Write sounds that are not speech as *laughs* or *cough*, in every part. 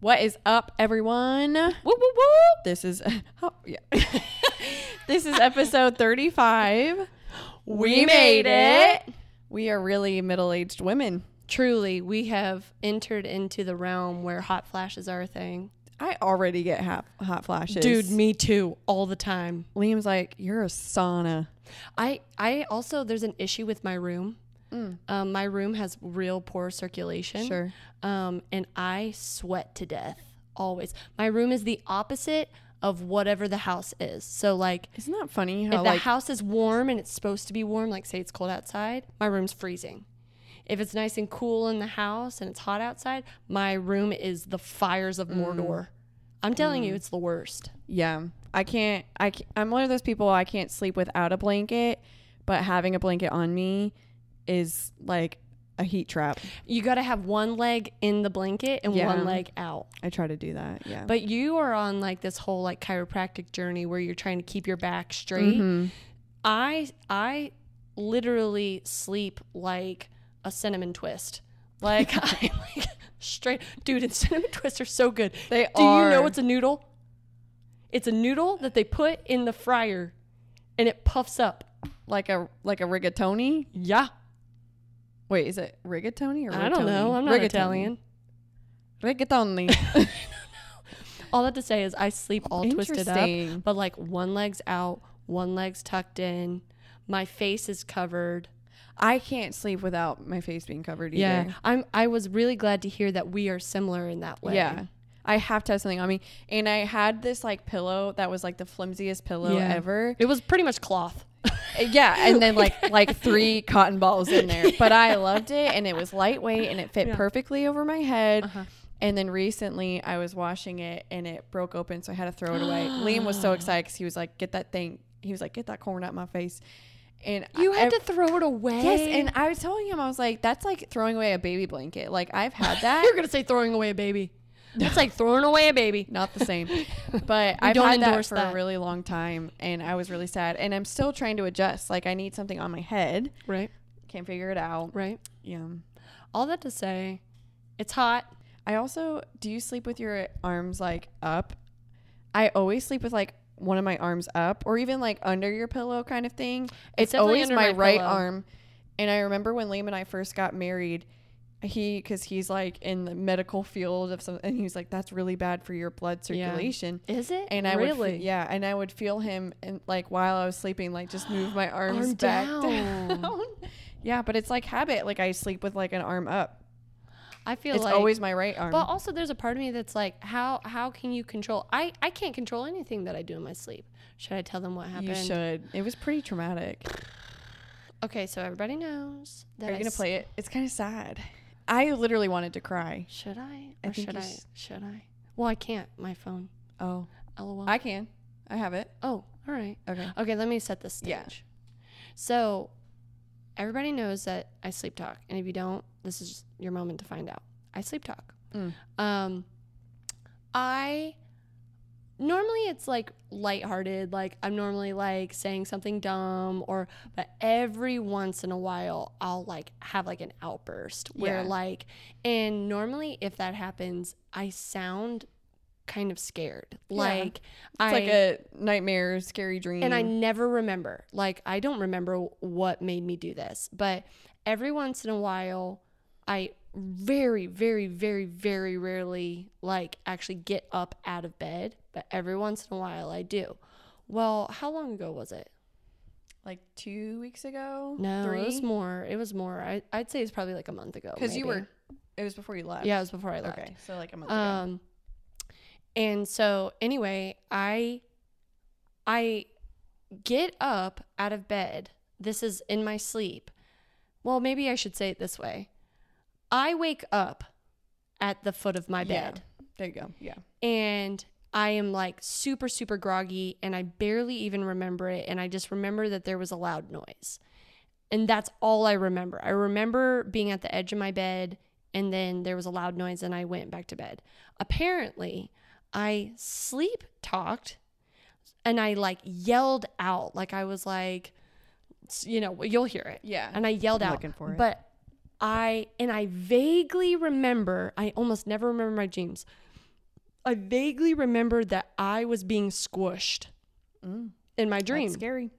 What is up, everyone? Woo, woo, woo. This is *laughs* oh, yeah. this is episode 35. We made it. We are really middle-aged women. Truly, we have entered into the realm where hot flashes are a thing. I already get hot, hot flashes. Dude, me too, all the time. Liam's like, "You're a sauna." I I also there's an issue with my room. Um, my room has real poor circulation. Sure. Um, and I sweat to death always. My room is the opposite of whatever the house is. So like Isn't that funny if how the like house is warm and it's supposed to be warm, like say it's cold outside, my room's freezing. If it's nice and cool in the house and it's hot outside, my room is the fires of Mm. Mordor. I'm telling you, it's the worst. yeah, I can't I ca- I'm one of those people I can't sleep without a blanket, but having a blanket on me is like a heat trap. You got to have one leg in the blanket and Yeah. one leg out. I try to do that. Yeah. But you are on like this whole like chiropractic journey where you're trying to keep your back straight. Mm-hmm. I I literally sleep like a cinnamon twist. Like *laughs* I like straight dude, and cinnamon twists are so good. They Do you know are. it's a noodle? It's a noodle that they put in the fryer and it puffs up. like a like a rigatoni. Yeah. Wait, is it rigatoni or rigatoni? I don't know. I'm not Rigatoni. Italian. *laughs* Rigatoni. All that to say is I sleep all twisted Interesting. up, but like one leg's out, one leg's tucked in. My face is covered. I can't sleep without my face being covered either. Yeah. I'm I was really glad to hear that we are similar in that way. Yeah. I have to have something on me. And I had this like pillow that was like the flimsiest pillow Yeah. ever. It was pretty much cloth. Uh, Yeah, and then like like three cotton balls in there. But I loved it and it was lightweight and it fit perfectly over my head. Uh-huh. And then recently I was washing it and it broke open so I had to throw it away. Liam was *gasps* so excited 'cause he was like, "Get that thing." He was like, "Get that corn out my face." And *laughs* You I- had I- to throw it away. Yes, and I was telling him I was like, "That's like throwing away a baby blanket. Like I've had that." *laughs* you're gonna say throwing away a *laughs* baby. That's like throwing away a baby. not the *laughs* same. But I've don't had that endorse for a that. really long time, and I was really sad. And I'm still trying to adjust. Like I need something on my head. Right. Can't figure it out. Right. Yeah. All that to say, it's hot. I also do you sleep with your arms like up? I always sleep with like one of my arms up, or even like under your pillow kind of thing. It's, definitely always under my, my right pillow. arm. And I remember when Liam and I first got married. He, because he's like in the medical field of some, and he was like, "That's really bad for your blood Yeah. circulation." Is it? and I really would, fe- yeah, and I would feel him, and like while I was sleeping, like just move *gasps* my arms Arm back down. *laughs* down. yeah, but it's like habit. Like I sleep with like an arm up. I feel It's like always my right arm. But also, there's a part of me that's like, how how can you control? I I can't control anything that I do in my sleep. Should I tell them what happened? you should. It was pretty traumatic. Okay, so everybody knows that. Are I you gonna s- play it? It's kind of sad. I literally wanted to cry. Should I? I Or think should you I? s- Should I? Well, I can't. My phone. Oh, LOL. I can. I have it. oh, all right. Okay. Okay, let me set the stage. Yeah. So, everybody knows that I sleep talk, and if you don't, this is your moment to find out. I sleep talk. Mm. Um, I normally it's like lighthearted, like I'm normally like saying something dumb, or but every once in a while I'll like have like an outburst where Yeah. like, and normally if that happens, I sound kind of scared, like I It's like a nightmare, scary dream. and I never remember. Like I don't remember what made me do this, but every once in a while I very very very very rarely like actually get up out of bed, but every once in a while I do. Well, how long ago was it? like two weeks ago. No, it was three. more. It was more. I, I'd say it's probably like a month ago. Because you maybe. were. It was before you left. Yeah, it was before I left. Okay. So like a month ago. Um, and so anyway, I I get up out of bed. This is in my sleep. Well, maybe I should say it this way. I wake up at the foot of my Yeah. bed There you go. Yeah. and I am like super super groggy and I barely even remember it and I just remember that there was a loud noise. And that's all I remember. I remember being at the edge of my bed and then there was a loud noise and I went back to bed. Apparently, I sleep talked and I like yelled out like I was like s- you know, you'll hear it Yeah. and I yelled I'm out. looking for it. But I and I vaguely remember. I almost never remember my dreams, I vaguely remembered that I was being squished Mm, in my that's dream. scary.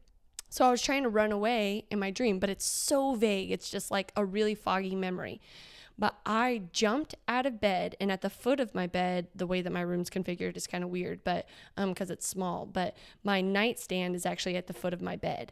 So I was trying to run away in my dream, but it's so vague. It's just like a really foggy memory. But I jumped out of bed, and at the foot of my bed, the way that my room's configured is kind of weird, but um, because it's small. But my nightstand is actually at the foot of my bed.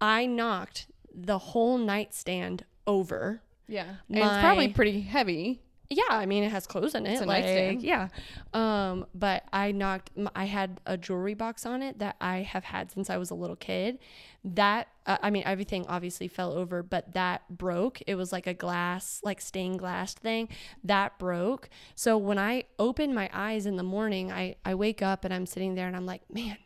I knocked the whole nightstand over. Yeah. And it's probably My- pretty heavy. Yeah, I mean it has clothes in it. It's a like, nightstand. Yeah, um, but I knocked. m- I had a jewelry box on it that I have had since I was a little kid. That uh, I mean, everything obviously fell over, but that broke. It was like a glass, like stained glass thing that broke. So when I open my eyes in the morning, I I wake up and I'm sitting there and I'm like, man,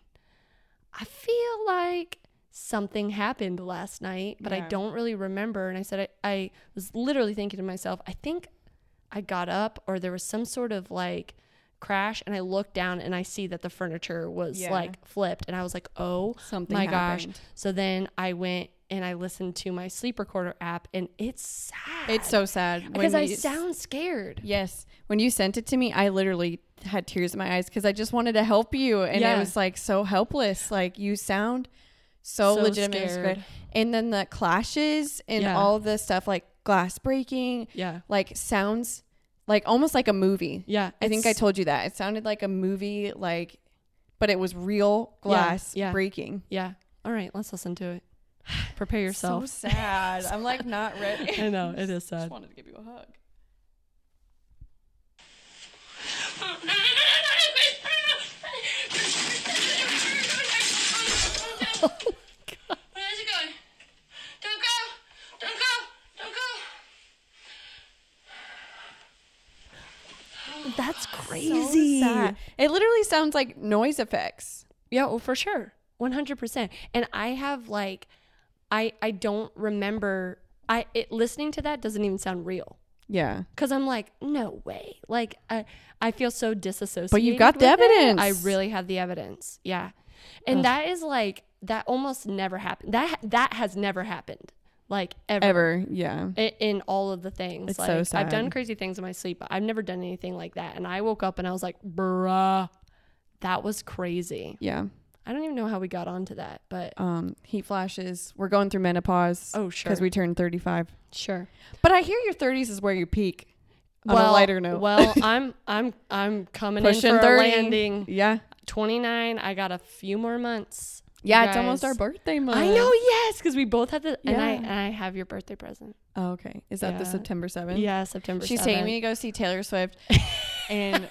I feel like something happened last night, but I Yeah. don't really remember. And I said, I, I was literally thinking to myself, I think I got up or there was some sort of like crash. And I looked down and I see that the furniture was Yeah. like flipped. And I was like, oh Something my happened. gosh. So then I went and I listened to my sleep recorder app and it's sad. It's so sad. when because I you- sound scared. Yes. When you sent it to me, I literally had tears in my eyes because I just wanted to help you. And Yeah. I was like so helpless. Like you sound so, So legitimately scared. scared. And then the clashes and Yeah. all the stuff like glass breaking, Yeah. like sounds like almost like a movie. Yeah. I think I told you that. It sounded like a movie, like, but it was real glass yeah. breaking. Yeah. All right. Let's listen to it. *sighs* Prepare yourself. So sad. I'm like *laughs* not ready. I know. It is sad. *laughs* just wanted to give you a hug. Where's it going? Don't go! Don't go! Don't go! That's So crazy. sad. It literally sounds like noise effects. Yeah, well, for sure. 100%. And I have like I I don't remember I it listening to that doesn't even sound real. Yeah. Cause I'm like, no way. Like, I, I feel so disassociated. got the with it. evidence. I really have the evidence. Yeah, and that is like that almost never happened. That that has never happened. Like ever, Ever. Yeah. I- in all of the things. It's like, so I've done sad. crazy things in my sleep, but I've never done anything like that. And I woke up and I was like, bruh, that was crazy. Yeah. I don't even know how we got onto that, but Um, heat flashes. We're going through menopause. Oh, sure. Because we turned 35. sure. But I hear your 30s is where you peak. On well, a lighter note. *laughs* well, I'm I'm I'm coming Pushing in for 30. a landing. Yeah. 29. I got a few more months. you Yeah. It's almost guys. our birthday month. I know, yes, because we both had the and I Uh, Yeah. and I have your birthday present. Oh, okay. Is that the Yeah. September 7th? Yeah, September. She's 7th. taking me to go see Taylor Swift. *laughs* and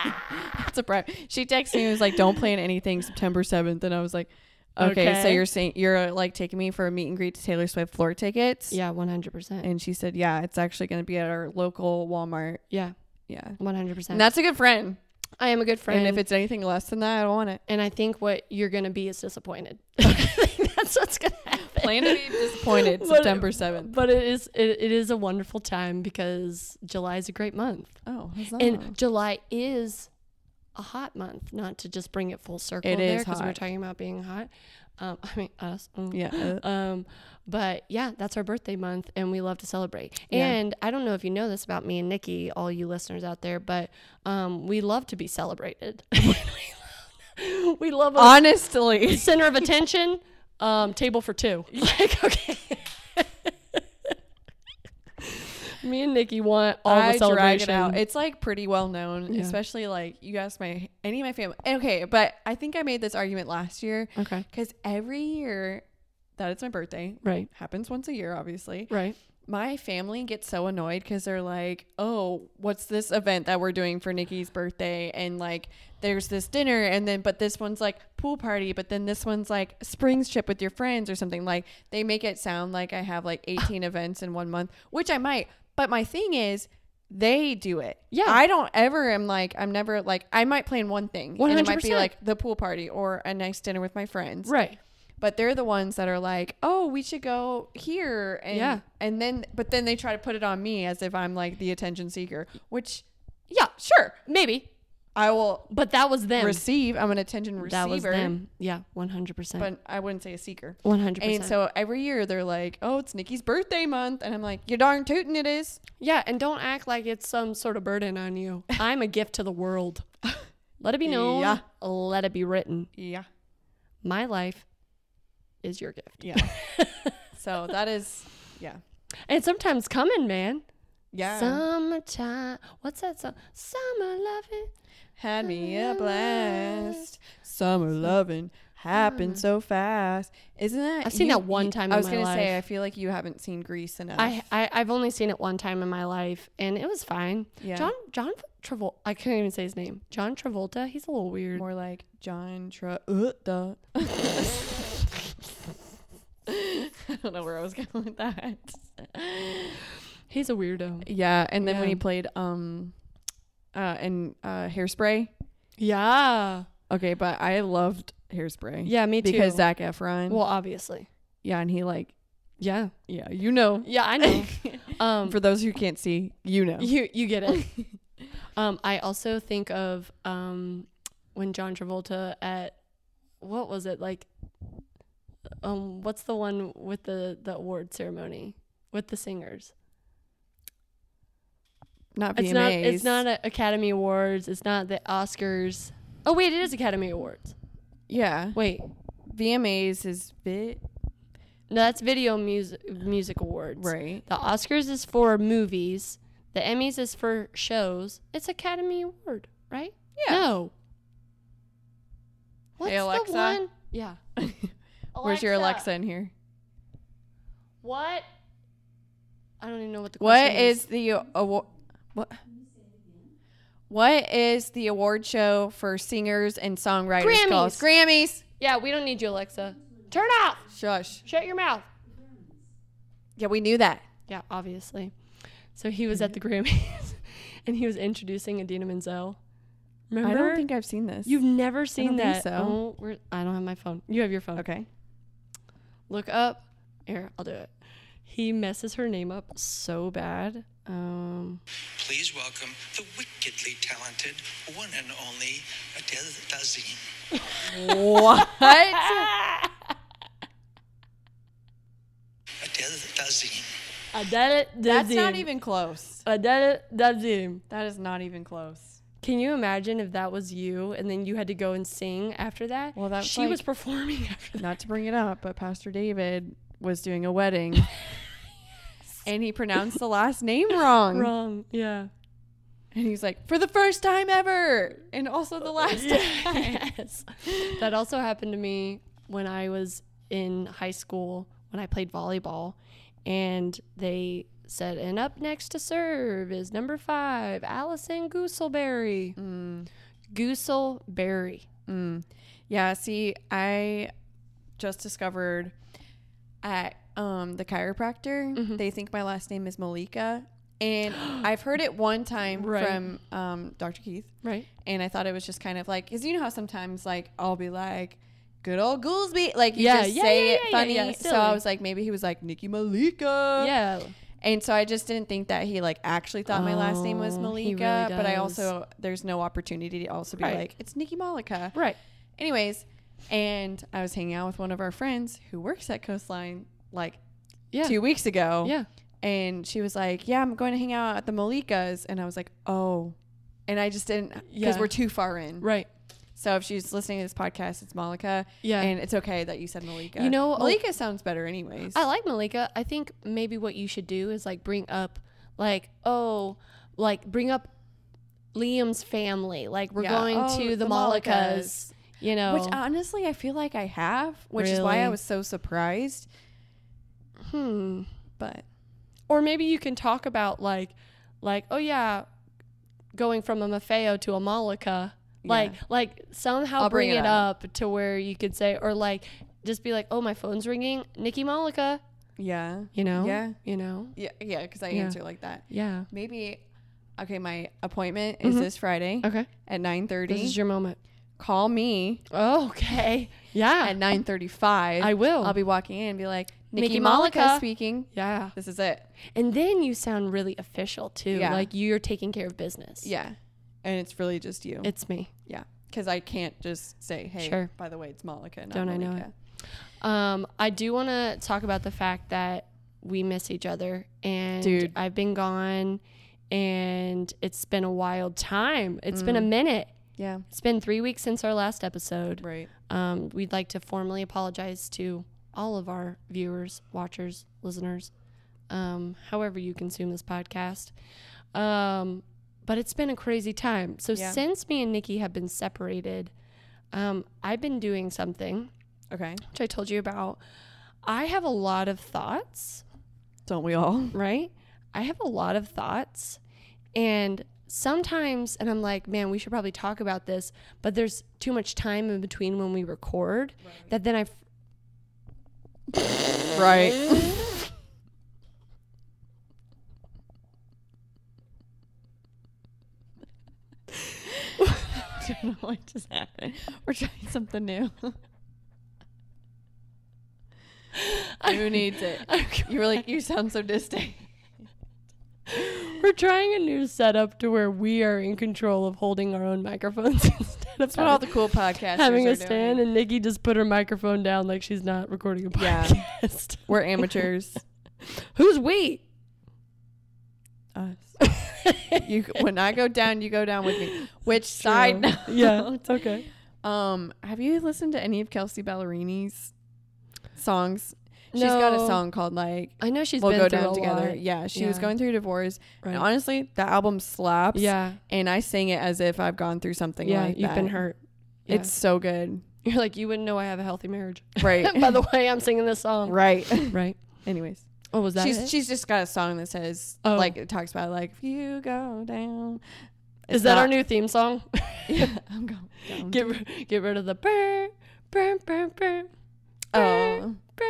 *laughs* it's a bribe. She texted me and was like, don't plan anything September 7th. And I was like, okay, so Okay. you're saying you're like taking me for a meet and greet to Taylor Swift floor tickets? *laughs* Yeah, 100. percent And she said, yeah, it's actually going to be at our local Walmart. Yeah, Yeah. 100. And percent that's a good friend. I am a good friend, And if it's anything less than that, I don't want it. and I think what you're gonna be is disappointed. *laughs* That's what's gonna happen. Plan to be disappointed But- September 7th. *laughs* But it is it, it is a wonderful time because July is a great month, Oh, and July is a hot month. Not to just bring it full circle It there is we were hot. talking about being hot. Um, *laughs* I mean us. mm. *laughs* yeah. uh, Um, but yeah, that's our birthday month, and we love to celebrate. Yeah. And I don't know if you know this about me and Nikki, all you listeners out there, but um, we love to be celebrated. *laughs* we love a Honestly. *laughs* center of attention, um, table *laughs* for two. Like, okay. *laughs* me and Nikki want all the I drag celebration. it out. It's like pretty well known, Yeah. especially like you ask my any of my family. Okay, but I think I made this argument last year okay. because every year that it's my birthday Right. happens once a year, obviously. Right. My family gets so annoyed because they're like, "Oh, what's this event that we're doing for Nikki's birthday?" And like, there's this dinner, and then but this one's like pool party, but then this one's like springs trip with your friends or something. Like they make it sound like I have like 18 events in one month, which I might. But my thing is, they do it. Yeah. I don't ever am like I'm never like I might plan one thing, and it might be 100%. like the pool party or a nice dinner with my friends, Right. but they're the ones that are like, "Oh, we should go here," and Yeah. and then but then they try to put it on me as if I'm like the attention seeker, which Yeah. sure, Maybe. I will But that was them. receive. I'm an attention receiver. that was them. Yeah, one hundred percent. But I wouldn't say a seeker. One hundred And percent. so every year they're like, "Oh, it's Nikki's birthday month," and I'm like, "You're darn tootin' it is." Yeah, and don't act like it's some sort of burden on *laughs* you. I'm a gift to the world. Let it be known. Yeah. Let it be written. Yeah, My life is your gift. yeah. so that is, yeah, *laughs* And sometimes coming, man. yeah. Summertime. What's that song? Summer loving. Had me a blast. Summer loving happened so fast. Isn't that? I've seen you- that one you- time I in was my gonna say, I life. feel like you haven't seen Grease enough. I, I I've only seen it one time in my life, and it was fine. Yeah. John John Travolta. I couldn't even say his name. John Travolta. He's a little weird. More like John Tra. Uh, duh. *laughs* I don't know where I was going with that. He's a weirdo. Yeah, and then when Yeah. he played um, uh, in uh, Hairspray. Yeah. Okay, but I loved Hairspray. Yeah, me too. because Zac Efron. Well, obviously. yeah, and he like, Yeah. yeah, you know. Yeah, I *laughs* know. um, For those who can't see, you know. you you *laughs* get it. um, I also think of um, when John Travolta at what was it like? Um, what's the one with the the award ceremony with the singers? Not It's not. VMAs. It's not a Academy Awards. It's not the Oscars. Oh wait, it is Academy Awards. yeah. Wait, VMAs is bit no, that's Video Music Music Awards. right. The Oscars is for movies. The Emmys is for shows. It's Academy Award, right? Yeah. No. What's Hey, Alexa. the one? Yeah. *laughs* *laughs* Where's your Alexa in here? What? I don't even know what the What question is the award? What? What is the award show for singers and songwriters Grammys. called? Grammys. Yeah, we don't need you, Alexa. Turn off. Shush. Shut your mouth. Yeah, we knew that. Yeah, obviously. So he was at the Mm-hmm. Grammys, *laughs* and he was introducing Adina Menzel. Remember? I don't think I've seen this. *laughs* You've never seen don't think that. so. Oh, we're, I don't have my phone. You have your phone. okay? look up here i'll do it he messes her name up so bad um Please welcome the wickedly talented one and only Adele Dazin. *laughs* What? Adele Dazin. Adele That's not even close. Adele Dazim. That is not even close. Can you imagine if that was you and then you had to go and sing after that? Well, that's she like- was performing *laughs* after that. Not to bring it up, but Pastor David was doing a *laughs* wedding, and he pronounced the last name wrong. Wrong. Yeah. And he's like, for the first time ever, and also the last *laughs* time. yes. *laughs* That also happened to me when I was in high school when I played volleyball and they said, and up next to serve is number five, Allison Gooselberry. Gooselberry. Yeah, see, I just discovered at um, the chiropractor, Mm-hmm. they think my last name is Malika. *gasps* And I've heard it one time Right. from um, Dr. Keith. Right. And I thought it was just kind of like, because you know how sometimes, like, I'll be like, good old Goolsby. Like, you Yeah, just yeah, say yeah, it yeah, yeah, funny. yeah, so I silly. was like, maybe he was like, Nikki Malika. Yeah. And so I just didn't think that he like actually thought my last name was Oh, he really Malika, but I does. also there's no opportunity to also be Right. like it's Nikki Malika. Right. Anyways, and I was hanging out with one of our friends who works at Coastline like Yeah. 2 weeks ago. Yeah. And she was like, "Yeah, I'm going to hang out at the Malikas." And I was like, "Oh." And I just didn't cuz Yeah. we're too far in. Right. So if she's listening to this podcast, it's Malika. Yeah. And it's okay that you said Malika. You know, oh- Malika sounds better anyways. I like Malika. I think maybe what you should do is like bring up, like, oh, like bring up Liam's family. Like, we're Yeah. going Oh, to the the, Molikas, you know. Which honestly, I feel like I have, which is why I Really? was so surprised. hmm. But Or maybe you can talk about, like, like oh, yeah, going from a Maffeo to a Malika. Like, like somehow I'll bring, it up. to where you could say, or like, just be like, oh, my phone's ringing. Nikki Malika, yeah, you know? Yeah. You know? yeah, yeah, because I Yeah. answer like that. Yeah. Maybe, okay. My appointment is this Friday Mm-hmm. Okay. at nine This thirty. is your moment. Call me Okay. *laughs* Yeah. at nine thirty-five. Ah. I will. I'll be walking in and be like, Nikki, Nikki Malika. Malika." speaking. yeah. This is it. And then you sound really official too. Yeah. Like you're taking care of business. Yeah, and it's really just you. It's me. yeah, because I can't just say, hey, Sure. by the way, it's Malika. Not Don't I know Malika." Um, I do want to talk about the fact that we miss each other, and Dude. I've been gone, and it's been a wild time. It's been a Mm-hmm. minute. Yeah, It's been three weeks since our last episode. right. Um, we'd like to formally apologize to all of our viewers, watchers, listeners, um, however you consume this podcast. Um, but it's been a crazy time. So Yeah. since me and Nikki have been separated, um, I've been doing something Okay, which I told you about. I have a lot of thoughts don't we all? right? I have a lot of thoughts and sometimes and I'm like, man, we should probably talk about this, but there's too much time in between when we record that then I f- Right. *laughs* I don't know what just happened. We're trying something new. *laughs* Who needs *laughs* *laughs* it? You were like, you sound so distant. we're trying a new setup to where we are in control of holding our own microphones *laughs* instead of But all the cool podcasts having a a stand and Nikki just put her microphone down like she's not recording a Yeah. podcast. *laughs* We're amateurs. Who's we? *laughs* Us. you when I go down, you go down with me. Which side? True. Yeah, *laughs* it's okay. Um, have you listened to any of Kelsey Ballerini's songs? She's got a No. song called like I know she's "We'll been Go through Down a Together." lot. Yeah, she was Yeah. going through a divorce, Right. and honestly, the album slaps. Yeah. and I sing it as if I've gone through something. Yeah, like you've been that. hurt. Yeah. It's so *laughs* good, You're like, you wouldn't know I have a healthy marriage. *laughs* right? By the way, I'm singing this *laughs* song. right. *laughs* Right. Anyways, Oh, was that she's it? she's just got a song that says Oh. like it talks about like if you go down. Is It's that our not- new theme song? *laughs* Yeah, I'm going down. *laughs* get ri- get rid of the burr, burr, burr, burr, *laughs* oh. burr,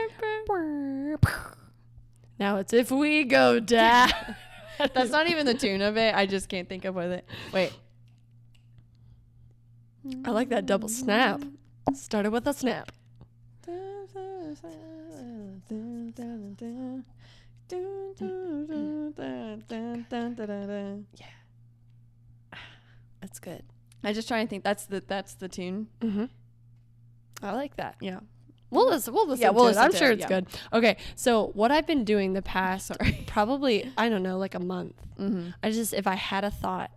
burr. Now it's if we go *laughs* down. That's not even the tune of it. I just can't think of what it. Wait. I like *laughs* that double snap. Started with a snap. Yeah. That's good. I just try and think. That's the that's the tune. Mm-hmm. I like that. *laughs* Yeah. Mm-hmm. We'll listen. We'll listen. Yeah, we'll to it. listen I'm to sure it, it's yeah. good. Okay, so what I've been doing the past probably I don't know like a month. Mm-hmm. I just if I had a thought,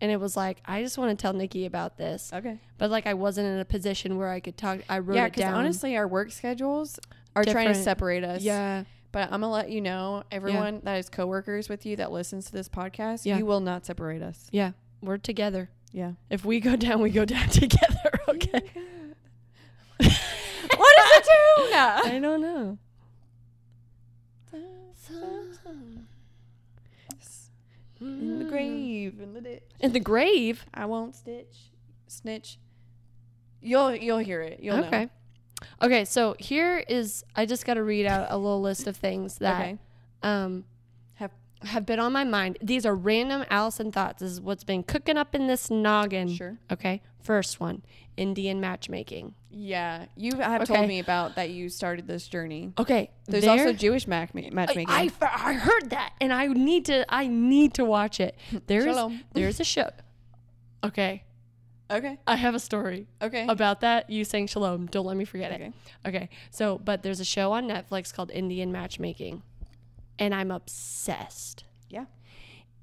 and it was like I just want to tell Nikki about this, Okay. but like I wasn't in a position where I could talk. I wrote Yeah, it because down. honestly, our work schedules are trying to Different. separate us. yeah, But I'm gonna let you know, everyone that is coworkers with you that listens to this podcast, Yeah. you will not separate us. yeah, we're together. Yeah. If we go down, we go down *laughs* together. *laughs* Okay. what is the tune? I don't know. *laughs* In the grave, in the ditch. Mm. In the grave. I won't stitch, snitch. You'll you'll hear it. You'll okay. Okay, so here is I just got to read out a little list of things know. that um have have been on my mind. These are random Allison thoughts. This is what's been cooking up in this noggin. Sure. Okay. First one, Indian matchmaking. Yeah, you have Okay. told me about that. You started this journey. Okay. There's there- also Jewish mac- matchmaking. I, I, I heard that and I need to I need to *laughs* watch it. There's Shalom. there's a show. Okay. okay. I have a story Okay. about that. You saying shalom. Don't let me forget Okay. it. Okay. So, but there's a show on Netflix called Indian Matchmaking, and I'm obsessed. yeah.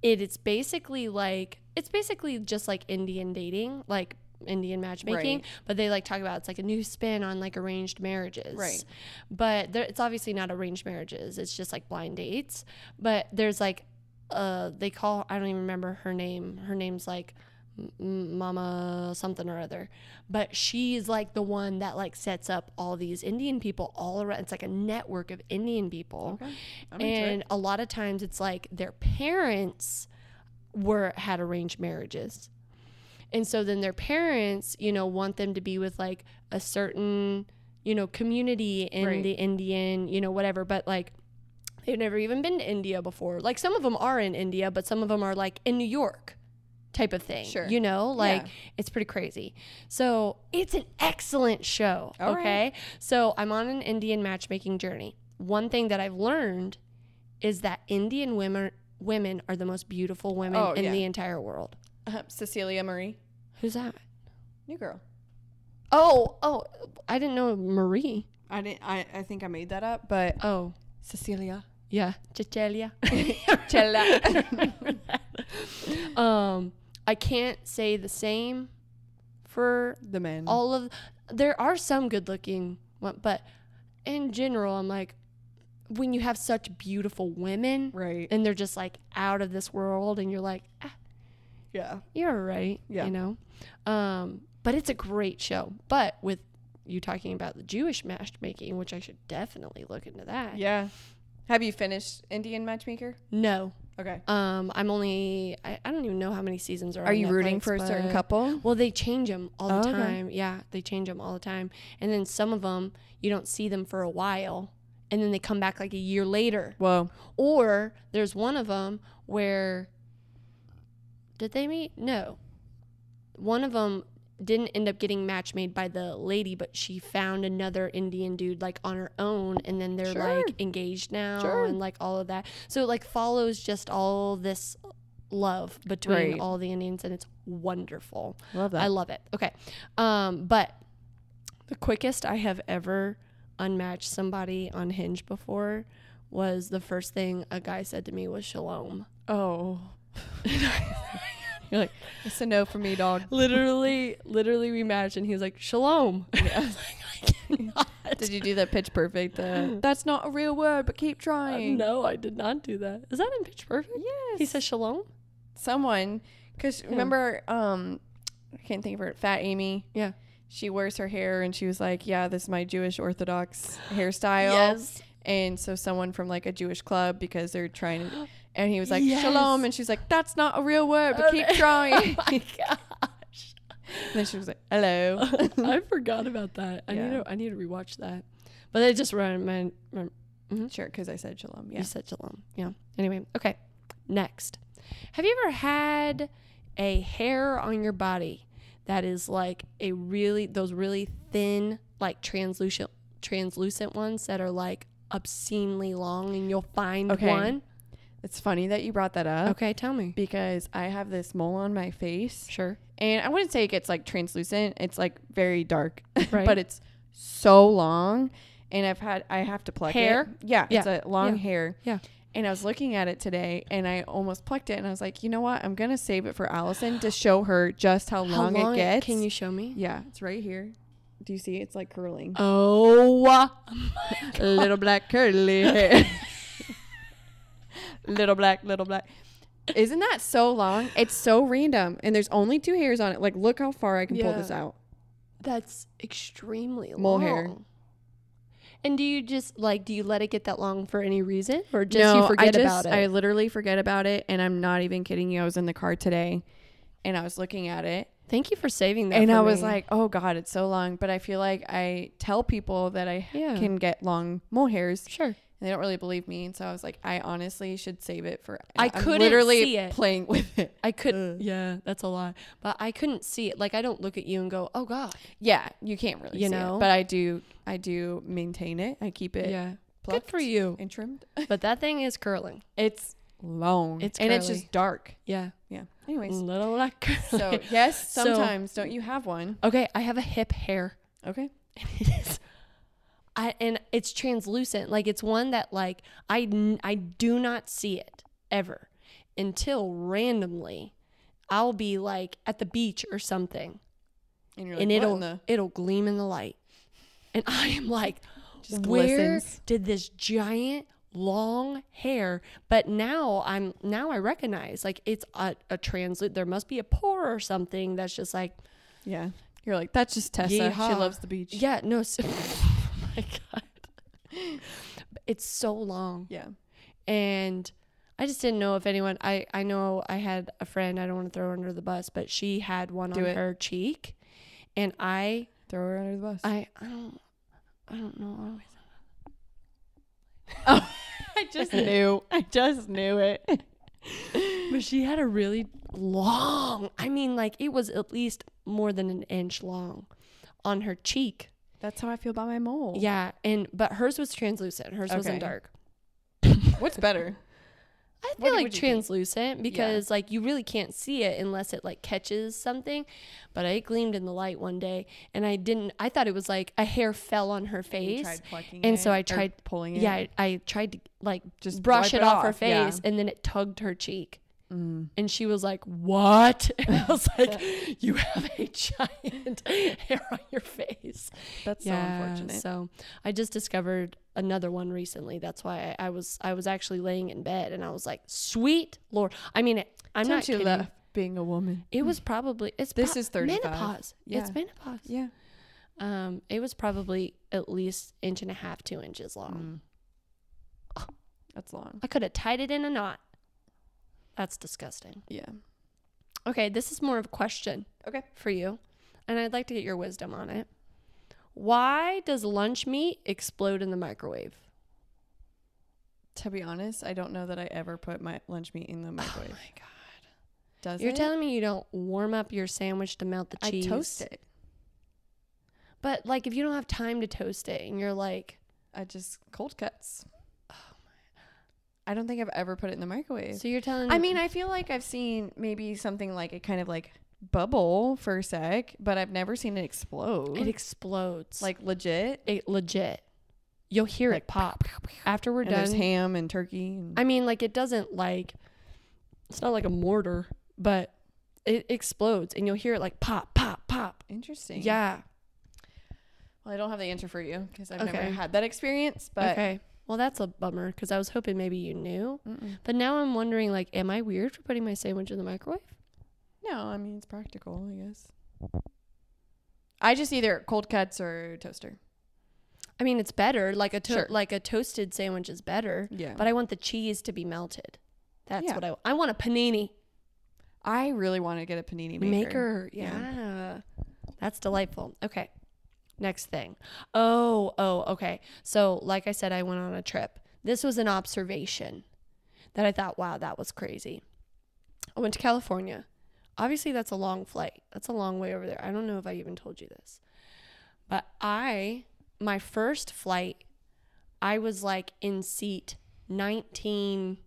It is basically like it's basically just like Indian dating, like Indian matchmaking, Right. but they like talk about it's like a new spin on like arranged marriages. Right. But there, it's obviously not arranged marriages. It's just like blind dates. But there's like uh they call I don't even remember her name. Her name's like M- M- Mama something or other. But she's like the one that like sets up all these Indian people all around. It's like a network of Indian people. I'm into it. And a lot of times it's like their parents were had arranged marriages. And so then their parents, you know, want them to be with like a certain, you know, community in Right. the Indian, you know, whatever, but like they've never even been to India before. Like some of them are in India, but some of them are like in New York type of thing. Sure. You know, like Yeah. it's pretty crazy. So it's an excellent show. All right. okay. So I'm on an Indian matchmaking journey. One thing that I've learned is that Indian women women are the most beautiful women Oh, in yeah. the entire world. Uh, Cecilia Marie, Who's that? new girl. Oh, oh, I didn't know Marie. I didn't. I, I think I made that up, but Oh, *laughs* Cecilia. yeah, Cecilia. Chella. *laughs* *laughs* um, I can't say the same for the men. all of. There are some good-looking, one- but in general, I'm like, when you have such beautiful women, right. and they're just like out of this world, and you're like, ah, yeah. you're right. Yeah. You know? Um, but it's a great show. But with you talking about the Jewish matchmaking, which I should definitely look into that. Yeah. Have you finished Indian Matchmaker? No. Okay. Um, I'm only, I, I don't even know how many seasons are Are on you rooting Netflix, for a certain but- couple? Well, they change them all the Oh, okay. time. Yeah, they change them all the time. And then some of them, you don't see them for a while. And then they come back like a year later. Whoa. Or there's one of them where did they meet? No. One of them didn't end up getting match made by the lady, but she found another Indian dude like on her own, and then they're Sure. like engaged now Sure. and like all of that. So it like follows just all this love between Right. all the Indians, and it's wonderful. Love I love it. Okay. Um, but the quickest I have ever unmatched somebody on Hinge before was the first thing a guy said to me was shalom. *laughs* oh. You're like, It's a no for me, dog. literally, literally we matched and he was like, shalom. *laughs* Did you do that pitch perfect? Uh, *gasps* that's not a real word, but keep trying. no, I did not do that. Is that in Pitch Perfect? Yes. He says shalom? someone because remember um i can't think of her fat amy Yeah. she wears her hair and she was like yeah this is my jewish orthodox hairstyle Yes. *laughs* and so someone from like a jewish club because they're trying to and he was like Yes. shalom and she's like that's not a real word but keep *laughs* trying Oh my gosh. *laughs* and then she was like hello *laughs* I forgot about that. I Yeah. need to I need to rewatch that. But I just remind, remind sure because i said shalom You yeah said Geelong. Yeah. Anyway, okay. Next. Have you ever had a hair on your body that is like a really those really thin, like translucent translucent ones that are like obscenely long and you'll find Okay. one? it's funny that you brought that up Okay, tell me. because i have this mole on my face Sure. and I wouldn't say it gets like translucent. It's like very dark, *laughs* Right. but it's so long, and I've had I have to pluck Hair? It. Yeah, Yeah. it's a long Yeah. hair. Yeah. And I was looking at it today, and I almost plucked it, and I was like, you know what? I'm gonna save it for Allison to show her just how long, it gets. Can you show me? Yeah, it's right here. Do you see? It's like curling. Oh *laughs* my little black curly *laughs* hair. little black, little black. Isn't that so long? It's so random, and there's only two hairs on it. Like, look how far I can pull Yeah. this out. That's extremely long. Mole hair. And do you just like do you let it get that long for any reason or just you forget I just, about it? I literally forget about it, and I'm not even kidding you. I was in the car today, and I was looking at it, Thank you for saving that. and for I was me. like, "Oh God, it's so long." But I feel like I tell people that I Yeah. can get long mole hairs, sure. and they don't really believe me. And so I was like, "I honestly should save it for." I I'm couldn't literally see it. playing *laughs* with it. I could, yeah, that's a lot. But I couldn't see it. Like I don't look at you and go, "Oh God." Yeah, you can't really, You see it, know? but I do. I do maintain it. I keep it. good for plucked you. *laughs* And trimmed. *laughs* But that thing is curling. It's long. It's and it's curly. just dark. Yeah, Yeah. Anyways, little like so yes, *laughs* So- sometimes don't you have one? okay, I have a hip hair. Okay. And *laughs* it is. I and it's translucent. Like it's one that like I n- I do not see it ever until randomly. I'll be like at the beach or something, And you're and "What in it'll the-" it'll gleam in the light, and *laughs* I am like, Just where glistens. did this giant long hair? But now I'm now I recognize like it's a, a translucent. There must be a pore or something that's just like yeah. You're like that's just Tessa. She Yeehaw. loves the beach. yeah no. So, *laughs* oh my god, *laughs* it's so long. Yeah. and I just didn't know if anyone. I I know I had a friend. I don't want to throw her under the bus, but she had one on it. her cheek, and I Throw her under the bus. I I don't I don't know. *laughs* I just knew. I just knew it. But she had a really long. I mean, like it was at least more than an inch long on her cheek. That's how I feel about my mole. Yeah, and but hers was translucent. Hers wasn't Okay. dark. What's better? I What feel like would you think? translucent because like you really can't see it unless it like catches something. But it gleamed in the light one day, and I didn't. I thought it was like a hair fell on her face, tried plucking and so it I or tried pulling Yeah, it? I, I tried to like just Just wipe brush it, it off, her off, yeah. Mm. face, and then it tugged her cheek. And she was like, "What?" *laughs* And I *laughs* was like, "You have a giant *laughs* hair on your face." *laughs* That's so unfortunate. So I just discovered another one recently. That's why I, I was I was actually laying in bed and I was like, "Sweet Lord!" I mean, it, I'm Don't not you kidding. love being a woman? It was probably it's This pro- is 35. menopause. Yeah. It's menopause. Yeah. Um, it was probably at least inch and a half, two inches long. Mm. That's long. I could have tied it in a knot. That's disgusting. Yeah. Okay, this is more of a question Okay. for you, and I'd like to get your wisdom on it. Why does lunch meat explode in the microwave? To be honest, I don't know that I ever put my lunch meat in the microwave. Oh my god. Does You're it? telling me you don't warm up your sandwich to melt the I cheese? toast it. But like, if you don't have time to toast it, and you're like, I just cold cuts. Oh my. I don't think I've ever put it in the microwave. so you're telling I mean, I feel like I've seen maybe something like it kind of like bubble for a sec, but I've never seen it explode. it explodes like legit. it legit. You'll hear it pop after we're And there's done. ham and turkey. And I mean, like it doesn't like it's not like a mortar, but it explodes and you'll hear it like pop, pop, pop. Interesting. Yeah. Well, I don't have the answer for you because I've Okay. never had that experience, but okay. Well, that's a bummer because I was hoping maybe you knew, but now I'm wondering like, am I weird for putting my sandwich in the microwave? no, I mean, it's practical, I guess. I just either cold cuts or toaster. I mean, it's better like a to- Sure. like a toasted sandwich is better. Yeah. But I want the cheese to be melted. That's Yeah. what I I want a panini I really want to get a panini maker. maker. Yeah. That's delightful. Okay. Next thing. Oh, oh, okay. So, like I said, I went on a trip. This was an observation that I thought, wow, that was crazy. I went to California. Obviously, that's a long flight. That's a long way over there. I don't know if I even told you this. But I, my first flight, I was like in seat 19C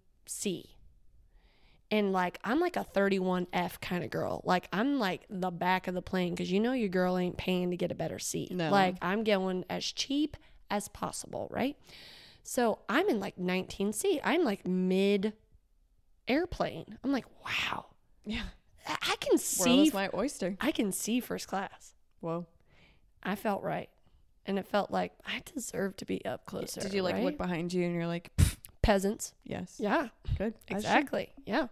and like I'm like a 31F kind of girl. Like I'm like the back of the plane because you know your girl ain't paying to get a better seat. No. Like I'm going as cheap as possible, right? So I'm in like 19C. I'm like mid airplane. I'm like, wow, Yeah. *laughs* I I can World see. is my oyster. I can see first class. Whoa. I felt right, and it felt like I deserve to be up closer. Did you like look right? behind you and you're like, "Pff, peasants? yes. Yeah, Good. I should- Exactly. Yeah.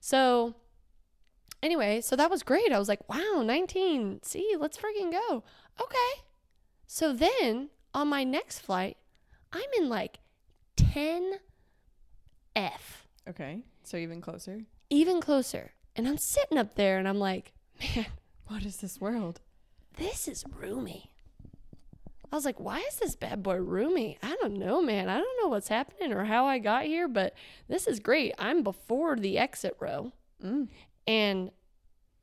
So anyway, so that was great. I was like, wow, 19. See, let's freaking go. Okay. So then on my next flight, I'm in like 10 F, Okay. So even closer. even closer. And I'm sitting up there and I'm like, man, What is this world? this is roomy. I was like, why is this bad boy roomy? I don't know, man. I don't know what's happening or how I got here, but this is great. I'm before the exit row. Mm. And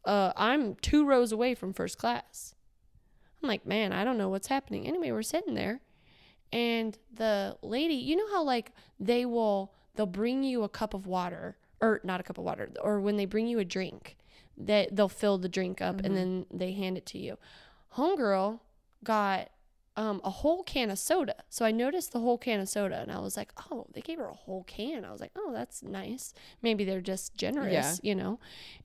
uh, I'm two rows away from first class. I'm like, man, I don't know what's happening. Anyway, we're sitting there. And the lady, you know how like they will they'll bring you a cup of water or not a cup of water or when they bring you a drink, they they'll fill the drink up Mm-hmm. and then they hand it to you. Homegirl got um, a whole can of soda. So I noticed the whole can of soda and I was like, oh, they gave her a whole can. I was like, oh, that's nice. Maybe they're just generous, Yeah. you know.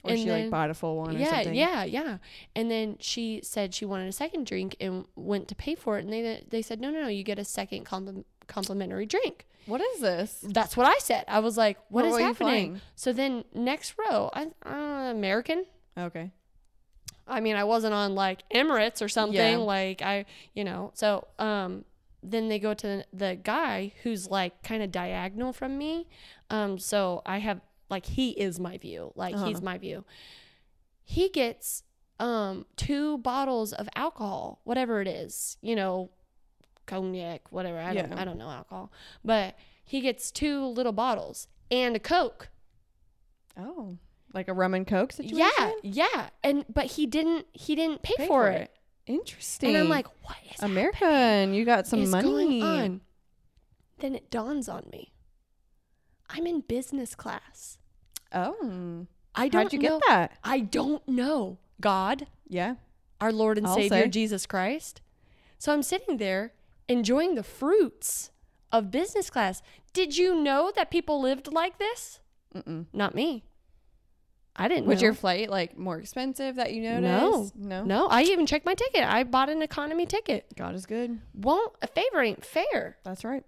Or And she then- like bought a full one or yeah, something. yeah, yeah. And then she said she wanted a second drink and went to pay for it. And they they said, no, no, no, you get a second compli- complimentary drink. What is this? That's what I said. I was like, what What is were you happening? flying? So then next row, I uh, American. Okay. I mean, I wasn't on like Emirates or something. Yeah. Like I, you know. So um, then they go to the guy who's like kind of diagonal from me. Um, so I have like he is my view. Like Uh-huh. he's my view. He gets um two bottles of alcohol, whatever it is, you know, cognac, whatever. I don't, Yeah. I don't know alcohol, but he gets two little bottles and a coke. Oh. Like a rum and coke situation? Yeah, yeah. And but he didn't he didn't pay, Pay for, it. Interesting. And I'm like, what is America, and you got some is money. going on? Then it dawns on me. I'm in business class. Oh. I don't How'd you know- get that? I don't know. God, Yeah. our Lord and I'll Savior say. Jesus Christ. So I'm sitting there enjoying the fruits of business class. Did you know that people lived like this? Mm-mm. Not me. I didn't Was know. your flight like more expensive that you no, noticed? no, No. no. I even checked my ticket. I bought an economy ticket. God is good. Won't a favor ain't fair. That's right.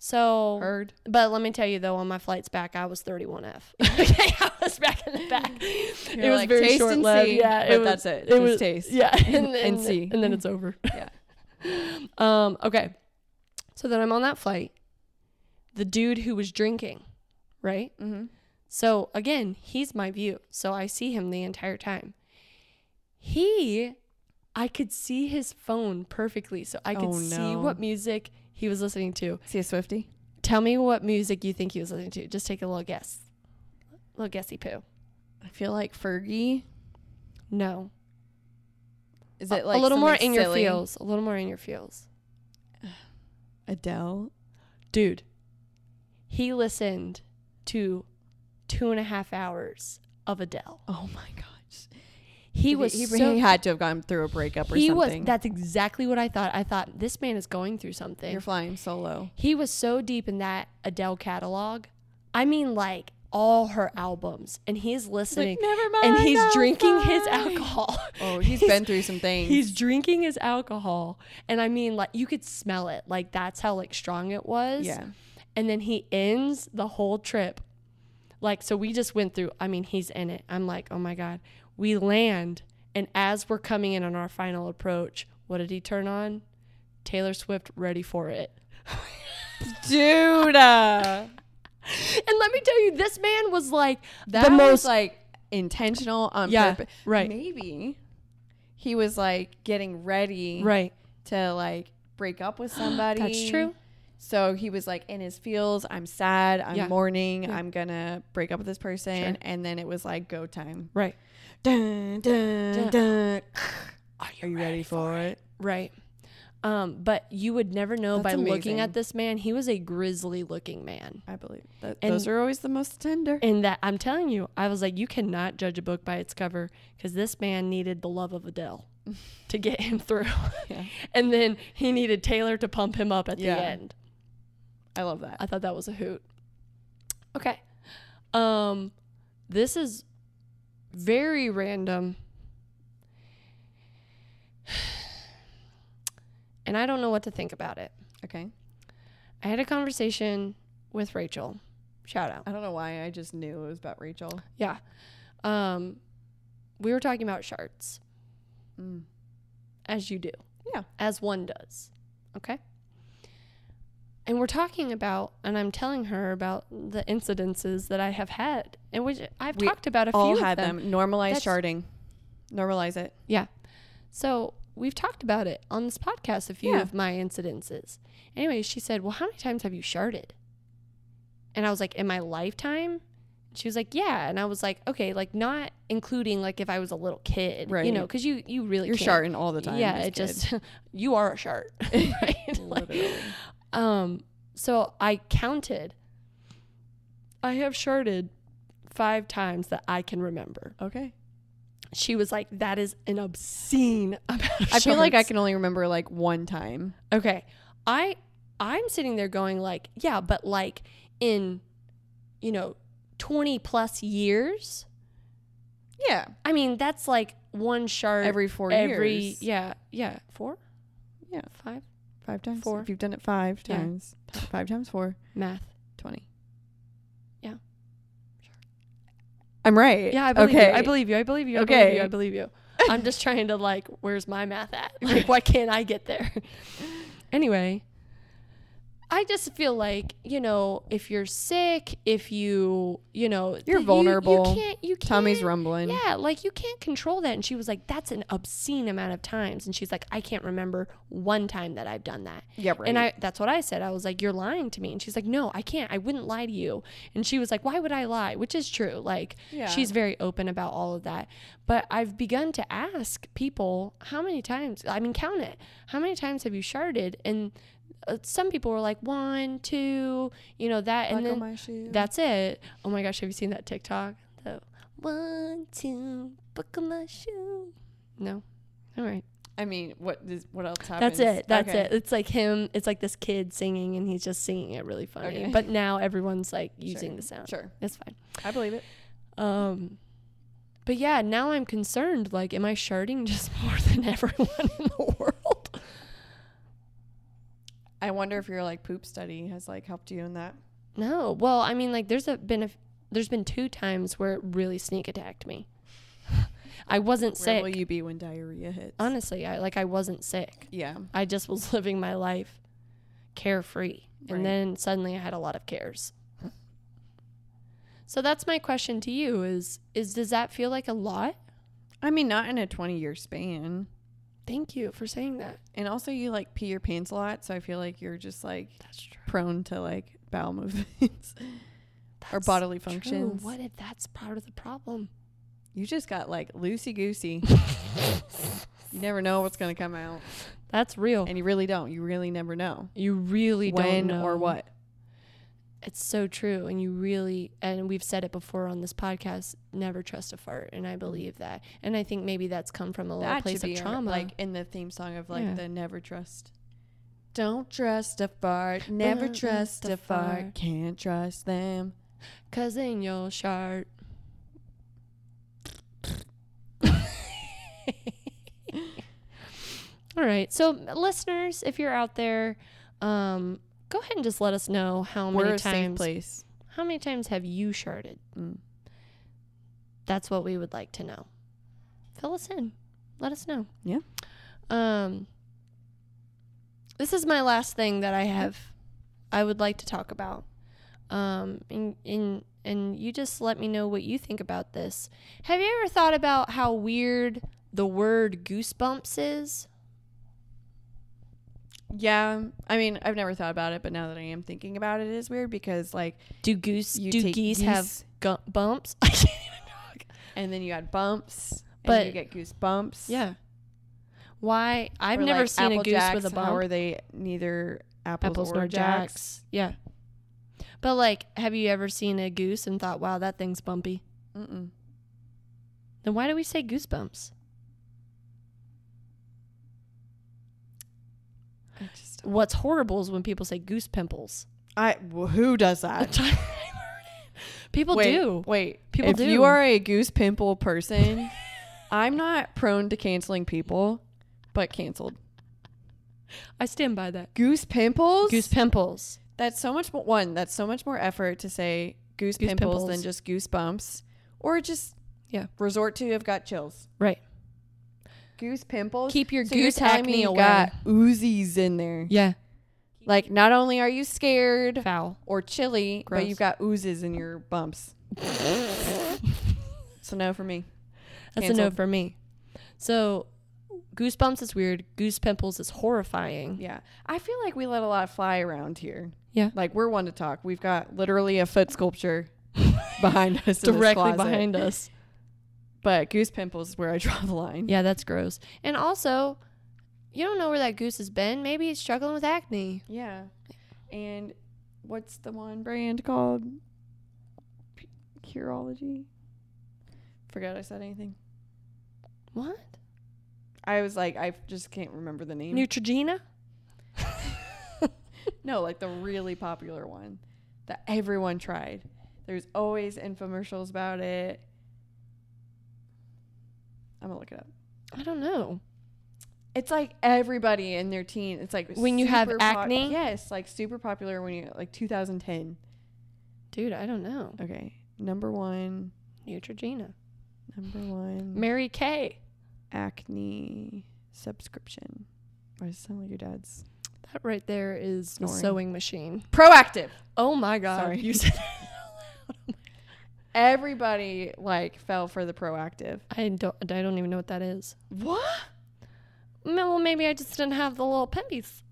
So Heard. But let me tell you though, on my flights back, I was 31F. *laughs* okay, I was back in the back. it You're was like, very "Taste and short lived. see," Yeah, but was, that's it. Just was taste *laughs* Yeah, and, and, and see. and then it's over. *laughs* Yeah. *laughs* Um. Okay. So then I'm on that flight. The dude who was drinking, right? Mhm. So again, he's my view. So I see him the entire time. He, I could see his phone perfectly, so I could Oh, see no. what music he was listening to. See a Swifty? Tell me what music you think he was listening to. Just take a little guess. Little guessy poo. I feel like Fergie. No. Is A- it like a little more something in your silly? feels. A little more in your feels. Adele. Dude. He listened to two and a half hours of Adele. Oh my gosh. He He was was. He, so, had to have gone through a breakup or he was something. that's exactly what I thought. I thought this man is going through something. You're flying solo. He was so deep in that Adele catalog. I mean, like all her albums, and he's listening, "Never and he's mind, I'll drinking his find." alcohol. *laughs* Oh, he's been through some things. He's drinking his alcohol, and I mean, like you could smell it. Like that's how like strong it was. Yeah. And then he ends the whole trip. Like so, we just went through. I mean, he's in it. I'm like, oh my god. We land, and as we're coming in on our final approach, what did he turn on? Taylor Swift, ready for it. Dude. *laughs* uh, And let me tell you, this man was like that the was, most. like intentional on Yeah, purpose. right. Maybe he was like getting ready right. to like break up *gasps* with somebody. That's true. So he was like in his feels, I'm sad, I'm Yeah. mourning, I'm gonna break up with this person. And then it was like go time. Right. Dun, dun, Dun. dun. Are Are you ready for it? Right. Um, but you would never know That's by looking amazing. at this man. He was a grizzly looking man. I believe that And- those are always the most tender. And that I'm telling you, I was like, you cannot judge a book by its cover because this man needed the love of *laughs* Adele to get him through. Yeah. *laughs* and then he needed Taylor to pump him up at Yeah. the end. I love that. I thought that was a hoot. Okay. Um this is very random. *sighs* And I don't know what to think about it. Okay. I had a conversation with Rachel. Shout out. I don't know why I just knew it was about Rachel. Yeah. Um we were talking about shards. Mm. As you do. Yeah. As one does. Okay? And we're talking about and I'm telling her about the incidences that I have had and which I've We talked about a All few had of them. them. Normalize That's- sharding. Normalize it. Yeah. So we've talked about it on this podcast, a few Yeah. of my incidences. Anyway, she said, Well, how many times have you sharded? And I was like, In my lifetime? She was like, Yeah. And I was like, Okay, like not including like if I was a little kid, You Right. know, because you, you really You're can't- sharding all the time. Yeah, as kid. *laughs* it just, you are a shard. *laughs* right? Like, literally. um, so I counted. I have sharded five times that I can remember. Okay. She was like, "That is an obscene *laughs* amount." Of I feel like I shards." can only remember like one time. Okay. I I'm sitting there going like, yeah, but like in you know, 20 plus years. Yeah. I mean, that's like one shard Every four every- years. Yeah. Yeah, 4? Yeah. 5 Five times. Four. If you've done it five Yeah. times, t- five times four, math. 20. Yeah. I'm right. Yeah, I believe okay. you. I believe you. I believe you. I believe Okay. you. I *laughs* believe you. I'm just trying to like, where's my math at? Like, why can't I get there? *laughs* anyway, I just feel like you know, if you're sick, if you you know, You're you- You, vulnerable. can't. You can't. Tommy's rumbling. Yeah, like you can't control that. And she was like, that's an obscene amount of times. And she's like, I can't remember one time that I've done that. Yeah, And I right. that's what I said. I was like, you're lying to me. And she's like, no, I can't. I wouldn't lie to you. And she was like, why would I lie? Which is true. Like, Yeah. she's very open about all of that. But I've begun to ask people, how many times, I mean, count it. How many times have you sharded? And uh, some people were like one, two, you know that, and Buckle then oh my shoe. that's it. Oh my gosh, have you seen that TikTok? The one, two, buckle my shoe. No. All right. I mean, what is what else happens? That's it. That's Okay. it. It's like him. It's like this kid singing, and he's just singing it really funny. Okay. But now everyone's like using Sure. the sound. Sure, It's fine. I believe it. Um, but yeah, now I'm concerned. Like, am I sharding *laughs* just more than everyone in the world? *laughs* I wonder if your like poop study has like helped you in that. No. Well, I mean, like, there's a been a there's been two times where it really sneak attacked me. *laughs* I wasn't Where sick. will you be when diarrhea hits? Honestly, I like I wasn't sick. yeah, I just was *laughs* living my life carefree. Right. And then suddenly I had a lot of cares. So that's my question to you is is does that feel like a lot? I mean, not in a twenty-year span. Thank you for saying that. And also, you like pee your pants a lot, so I feel like you're just like That's true. prone to like bowel *laughs* movements or bodily functions. What if that's part of the problem? *laughs* You just got like loosey goosey. you never know what's gonna come out, That's real. and you really don't. You really never know you really when don't know or what. It's so true. And you really, and we've said it before on this podcast, never trust a fart. And I believe that. And I think maybe that's come from a little That place should of be our- trauma. like in the theme song of like Yeah. the never trust. Don't trust a fart. Never Don't trust trust a a fart. fart. Can't trust them. Cause in your shirt. All right. So listeners, if you're out there, um, go ahead and just let us know how We're many a safe times place. how many times have you sharded? Mm. That's what we would like to know. Fill us in. Let us know. Yeah. Um This is my last thing that I have I would like to talk about. Um and and and you just let me know what you think about this. Have you ever thought about how weird the word goosebumps is? Yeah, I mean, I've never thought about it, but now that I am thinking about it, it is weird because like, Do goose You do take geese, geese- have gu- bumps? *laughs* I can't even talk. and then you had bumps, and But- you get goosebumps. Yeah. Why? I've Or, never like, seen Apple a goose Jacks, with a bump. How are they neither apples, apples or nor jacks. Yeah. But like, have you ever seen a goose and thought, "Wow, that thing's bumpy"? Mm-mm. Then why do we say goosebumps? I just What's horrible is when people say goose pimples. *laughs* I who does that? people wait, do. Wait, People if do. you are a goose pimple *laughs* person, I'm not prone to canceling people, but canceled I stand by that. goose pimples. Goose pimples. that's so much more one. That's so much more effort to say goose, Goose pimples, pimples. than just goose bumps, or just Yeah. resort to have got chills. Right. Goose pimples. Keep your So you're goose telling me acne you away. Got oozies in there. Yeah. Like not only are you scared Foul. or chilly, but Gross. you've got oozes in your *laughs* bumps. so no for me. That's a no Canceled. for me. So, goosebumps is weird. Goose pimples is horrifying. *laughs* Yeah. I feel like we let a lot fly around here. Yeah. Like we're one to talk. We've got literally a foot sculpture behind us. Directly *laughs* behind us. But goose pimples is where I draw the line. Yeah, that's gross. And also, you don't know where that goose has been. Maybe it's struggling with acne. Yeah. And what's the one brand called? P- Curology? Forgot I said anything. What? I was like, I just can't remember the name. Neutrogena? No, like the really popular one that everyone tried. There's always infomercials about it. I'm gonna look it up. I don't know. It's like everybody in their teen. It's like When you have super pop- acne? yes, like super popular when you like 2010. Dude, I don't know. Okay, number one, Neutrogena. number one Mary Kay. acne subscription. Why does it sound like your dad's? That right there is the Snoring. sewing machine. Proactive. Oh my god. Sorry. *laughs* You said Everybody like fell for the proactive. I don't I don't even know what that is. What? Ma- Well, maybe I just didn't have the little pimpies.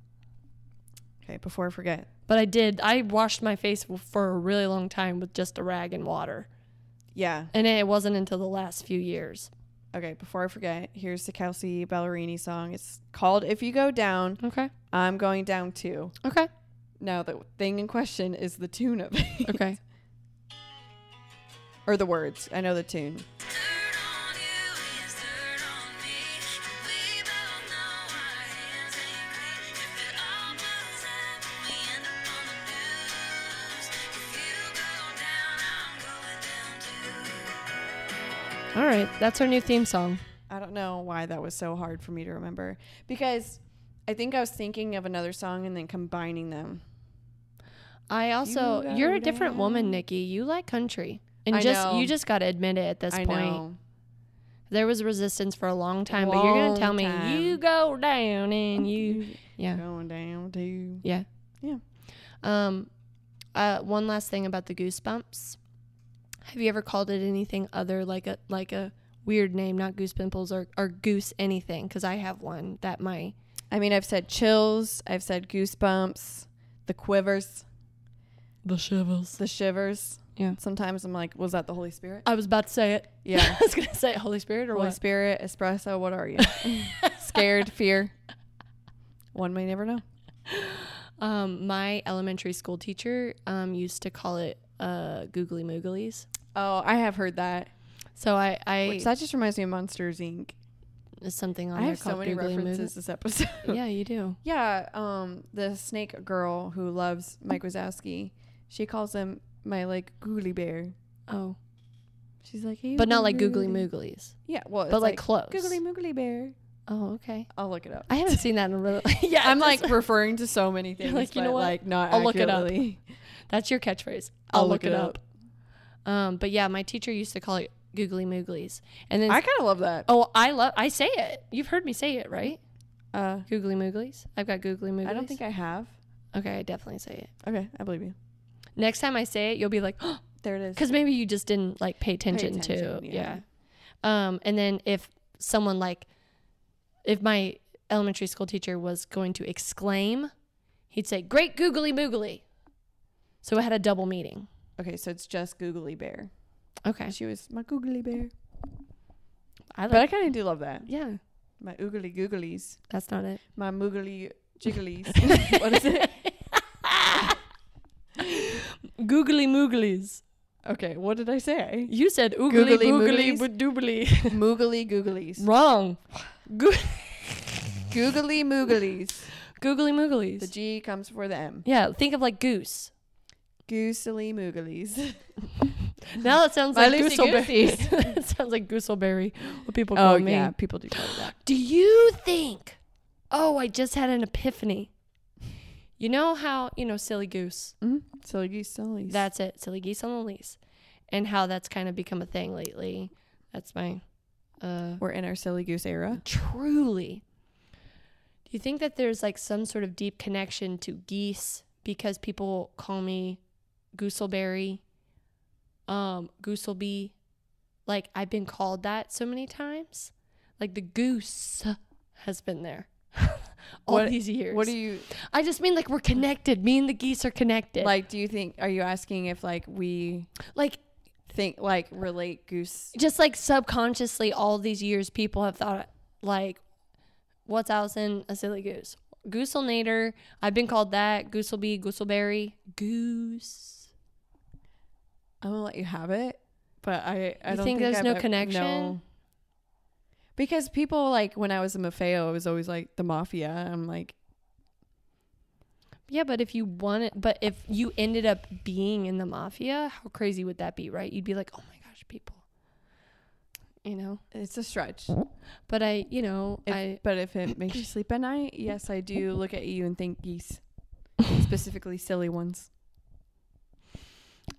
Okay, before I forget, But I did. I washed my face for a really long time with just a rag and water. yeah, And it wasn't until the last few years. Okay, before I forget, here's the Kelsey Ballerini song. It's called If You Go Down, Okay. I'm Going Down Too. Okay. Now, the thing in question is the tune of it, Okay. *laughs* or the words. I know the tune. Dirt on you is dirt on me. We both know our hands ain't clean. If it all blows up, we end up on the news. If you go down, I'm going down too. All right. That's our new theme song. I don't know why that was so hard for me to remember because I think I was thinking of another song and then combining them. I also You you are go a different woman, Nikki. You like country. And I just know. you just gotta admit it at this I point. know. There was resistance for a long time, but you're gonna Long tell me time. you go down and you *laughs* Yeah. Going down to. Yeah. Yeah. Um, uh, one last thing about the goosebumps. Have you ever called it anything other like a like a weird name, not goose pimples or, or goose anything? Because I have one that my I mean, I've said chills, I've said goosebumps, the quivers, the shivers. the shivers. Yeah. Sometimes I'm like, was that the Holy *laughs* Spirit? I was about to say it. Yeah. *laughs* I was gonna say Holy Spirit or Holy what? Spirit, espresso, what *laughs* are you? Scared, fear. One may never know. Um, my elementary school teacher um used to call it uh googly mooglies. Oh, I have heard that. So I I Which that just reminds me of Monsters Inc. it's something on I there have so called many googly moogly- references this episode. Yeah, you do. *laughs* Yeah, um, the snake girl who loves Mike Wazowski, she calls him my like googly bear. Oh, She's like, hey, but not like googly googly mooglies. Yeah, well, Oh, it's but like, close. googly moogly bear. Oh, okay. I'll look it up. I haven't seen that in *laughs* a really. yeah, I'm that's- *laughs* like referring to so many things, like, you know but, what? like not I'll look it up. accurately. that's your catchphrase. I'll look it Um, but yeah, my teacher used to call it googly mooglies, and then I kind of love that. oh, I love. I say it. You've heard me say it, right? Uh, Googly mooglies. I've got googly mooglies. I don't think I have. okay, I definitely say it. Okay, I believe you. Next time I say it, you'll be like, *gasps* There it is. because maybe you just didn't like pay attention, attention, to yeah. yeah. Um, and then if someone like, if my elementary school teacher was going to exclaim, he'd say, "Great googly moogly." So it had a double meaning. Okay, so it's just googly bear. Okay. She was my googly bear, I but I kind of do love that. yeah, My oogly googlies, that's not it. my moogly jigglies. what is it? *laughs* Googly mooglies. Okay, what did I say? *laughs* You said Googly oogly boogly mooglies? boo- *laughs* doobly. Moogly googlies. Wrong. Go- Googly mooglies. googly The mooglies. G comes before the M. yeah, think of like goose. Goosely mooglies. *laughs* Now that sounds My like loosey gooseberry. It *laughs* sounds like gooseberry. What people call Oh, me. people do call it that. Do you think? Oh, I just had an epiphany. You know how you know silly goose? Mm-hmm. Silly goose, silly. That's it, silly geese on the lease, and how that's kind of become a thing lately. That's my uh, we're in our silly goose era. truly. Do you think that there's like some sort of deep connection to geese because people call me Gooseberry, um, Gooseby? Like I've been called that so many times. Like the goose has been there *laughs* all What- these years. What do you I just mean like we're connected. Me and the geese are connected. like? Do you think? Are you asking if like we like think like relate goose? just like subconsciously all these years people have thought like what's Allison a silly goose gooselnator I've been called that gooselbee gooselberry goose I'm gonna let you have it, but I I You don't think there's I've no ev- connection? no. Because people like when I was a Mafeo, it was always like the mafia. I'm like, yeah but if you wanted but if you ended up being in the mafia how crazy would that be right you'd be like oh my gosh people you know it's a stretch. but I you know If- I but if it makes you sleep at night, yes, I do look at you and think geese, specifically silly ones.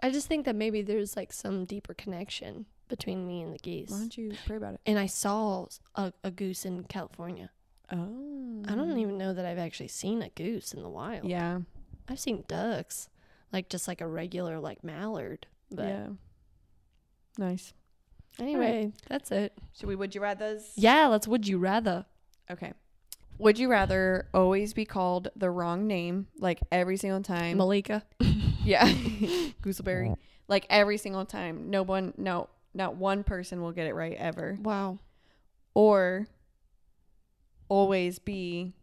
I just think that maybe there's like some deeper connection between me and the Why geese don't you pray about it? and I saw a, a goose in California Oh, *laughs* I don't even know that I've actually seen a goose in the wild. Yeah, I've seen ducks, like just like a regular like mallard. But yeah. Nice. anyway, that's it. Should we? Would you rather's? Yeah, let's would you rather. Okay. Would you rather always be called the wrong name, like every single time? Malika. *laughs* *laughs* yeah, gooseberry. Like every single time, no one, no, not one person will get it right ever. Wow. or always be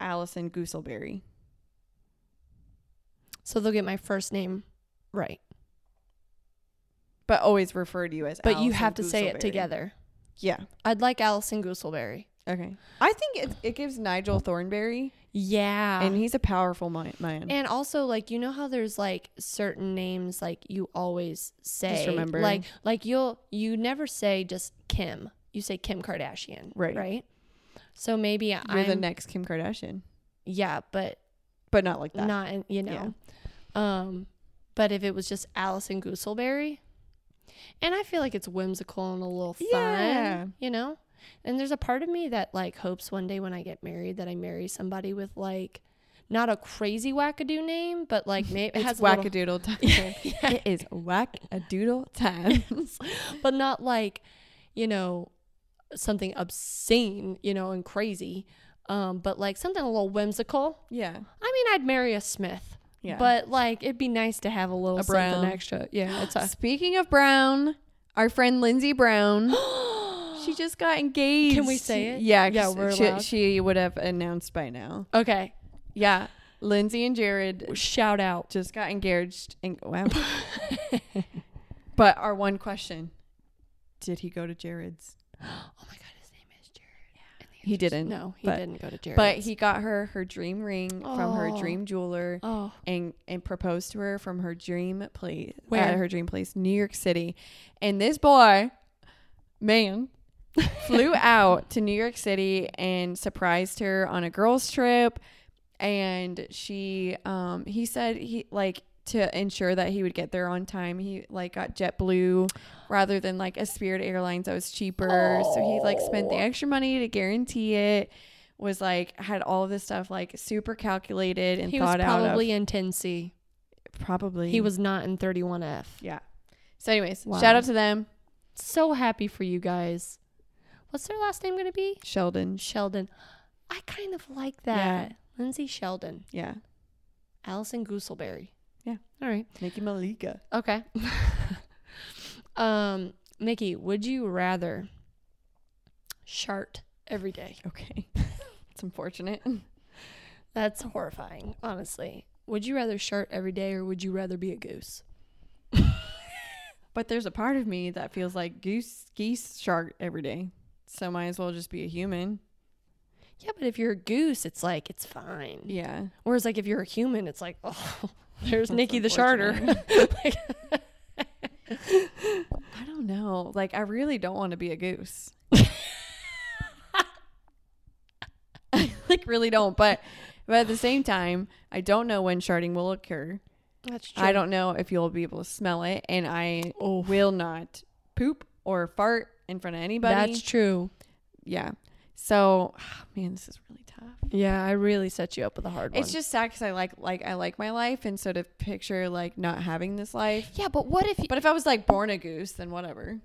Allison Gooselberry. So they'll get my first name right. But always refer to you as But you Allison have to say it Gooselberry. together. Yeah. I'd like Allison Gooselberry. Okay. I think it, it gives Nigel Thornberry, Yeah. and he's a powerful mi- man. Ah. And also, like you know how there's like certain names like you always say. remember. Like like you'll you never say just Kim. You say Kim Kardashian. Right. Right. So maybe You're I'm the next Kim Kardashian, yeah, but but not like that. not in- you know. Um, but if it was just Allison Gooselberry, and I feel like it's whimsical and a little fun, Yeah. you know. And there's a part of me that like hopes one day when I get married that I marry somebody with like not a crazy wackadoo name, but like maybe it has *laughs* it's a little- wackadoodle *laughs* time. It is whack-a-doodle time. but not like you know something obscene you know and crazy um but like something a little whimsical yeah. i mean i'd marry a smith Yeah. but like it'd be nice to have a little A Brown. something extra *gasps* yeah it's a Speaking of Brown, our friend Lindsay Brown, *gasps* she just got engaged. Can we say it? Yeah, Yeah, 'cause we're she, allowed. she would have announced by now. *gasps* okay Yeah, Lindsay and Jared shout out just got engaged. And, *laughs* wow. but our one question: Did he go to Jared's? *gasps* oh my god his name is jared yeah. He didn't. no he but- didn't go to jared But he got her her dream ring from her Oh. dream jeweler. oh and and proposed to her from her dream place Where? at her dream place new york city and this boy *laughs* man flew out to new york city and surprised her on a girls trip and she um he said he like to ensure that he would get there on time he like got jetblue rather than like a spirit airlines that was cheaper so he like spent the extra money to guarantee it was like had all this stuff like super calculated and he was thought out of probably in 10c probably he was not in 31f yeah so anyways shout out to them so happy for you guys what's their last name gonna be sheldon Sheldon. I kind of like that. Lindsay Sheldon. yeah Allison Gooselberry. Yeah. All right. nikki malika Okay. *laughs* um, Mickey, would you rather shart every day? okay *laughs* it's unfortunate That's horrifying, honestly. Would you rather shart every day or would you rather be a goose? but there's a part of me that feels like goose geese shark every day so might as well just be a human Yeah, but if you're a goose, it's like it's fine. yeah Whereas like if you're a human, it's like, *laughs* oh, there's Nikki the sharter. *laughs* Like- i don't know like i really don't want to be a *laughs* goose I like really don't but but at the same time i don't know when sharding will occur That's I don't know if you'll be able to smell it, and I Oh. will not poop or fart in front of anybody. That's true. yeah. So, *sighs* man, this is really tough. Yeah, I really set you up with a hard one. It's just sad because I like like I like my life, and so to picture like not having this life. Yeah, but what if? But if I was like born a goose, then whatever.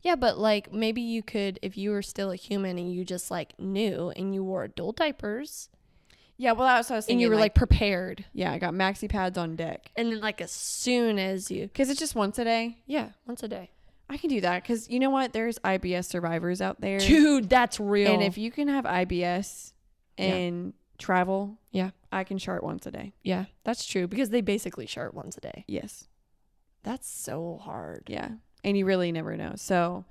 yeah, but like maybe you could, if you were still a human and you just like knew and you wore adult diapers Yeah. Well, that's what I was thinking. and you were like, prepared, yeah, I got maxi pads on deck and then like as soon as you, because it's just once a day. yeah, once a day, I can do that because you know what? There's IBS survivors out there, dude, that's real. and if you can have IBS and travel, yeah, I can chart once a day. yeah, that's true because they basically shart once a day. Yes. That's so hard. Yeah. And you really never know. So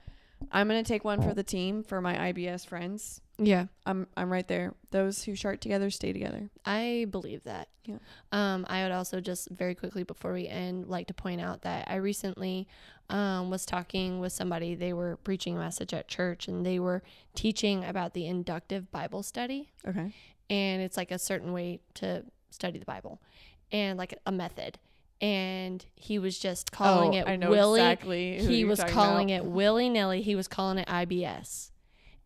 I'm going to take one for the team for my IBS friends. Yeah, I'm I'm right there. Those who shart together stay together. I believe that. Yeah. Um, I would also just very quickly before we end like to point out that I recently um, was talking with somebody. They were preaching a message at church and they were teaching about the inductive Bible study. Okay. And it's like a certain way to study the Bible and like a method. And he was just calling Oh, it I know willy. exactly who he you're was talking calling it willy nilly. He was calling it IBS.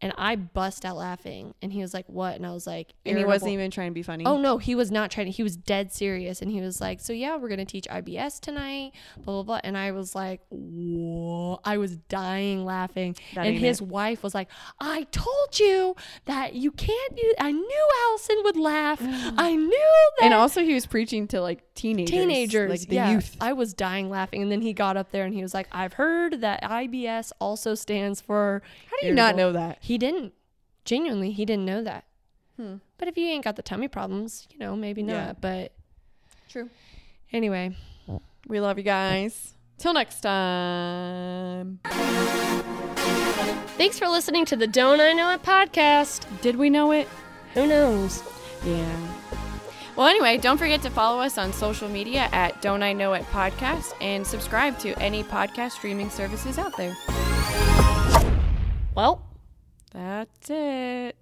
And I bust out laughing. And he was like, What? And I was like, And he wasn't "Irritable even trying to be funny. Oh no, he was not trying. to- He was dead serious, and he was like, "So yeah, we're gonna teach IBS tonight, blah blah blah." And I was like, "Whoa!" I was dying laughing. That and ain't his wife was like, "I told you that you can't do. I knew Allison *sighs* would laugh. I knew that." and also he was preaching to like teenagers. Teenagers, Like the yeah. youth. I was dying laughing, and then he got up there and he was like, "I've heard that IBS also stands for How do do you not irritable. know that? Hmm. He didn't. Genuinely, he didn't know that. But if you ain't got the tummy problems, you know, maybe not. Yeah. But True. anyway, We love you guys. Till next time. thanks for listening to the Don't I Know It podcast. Did we know it? Who knows? Yeah. Well, anyway, don't forget to follow us on social media at Don't I Know It Podcast and subscribe to any podcast streaming services out there. Well, That's it.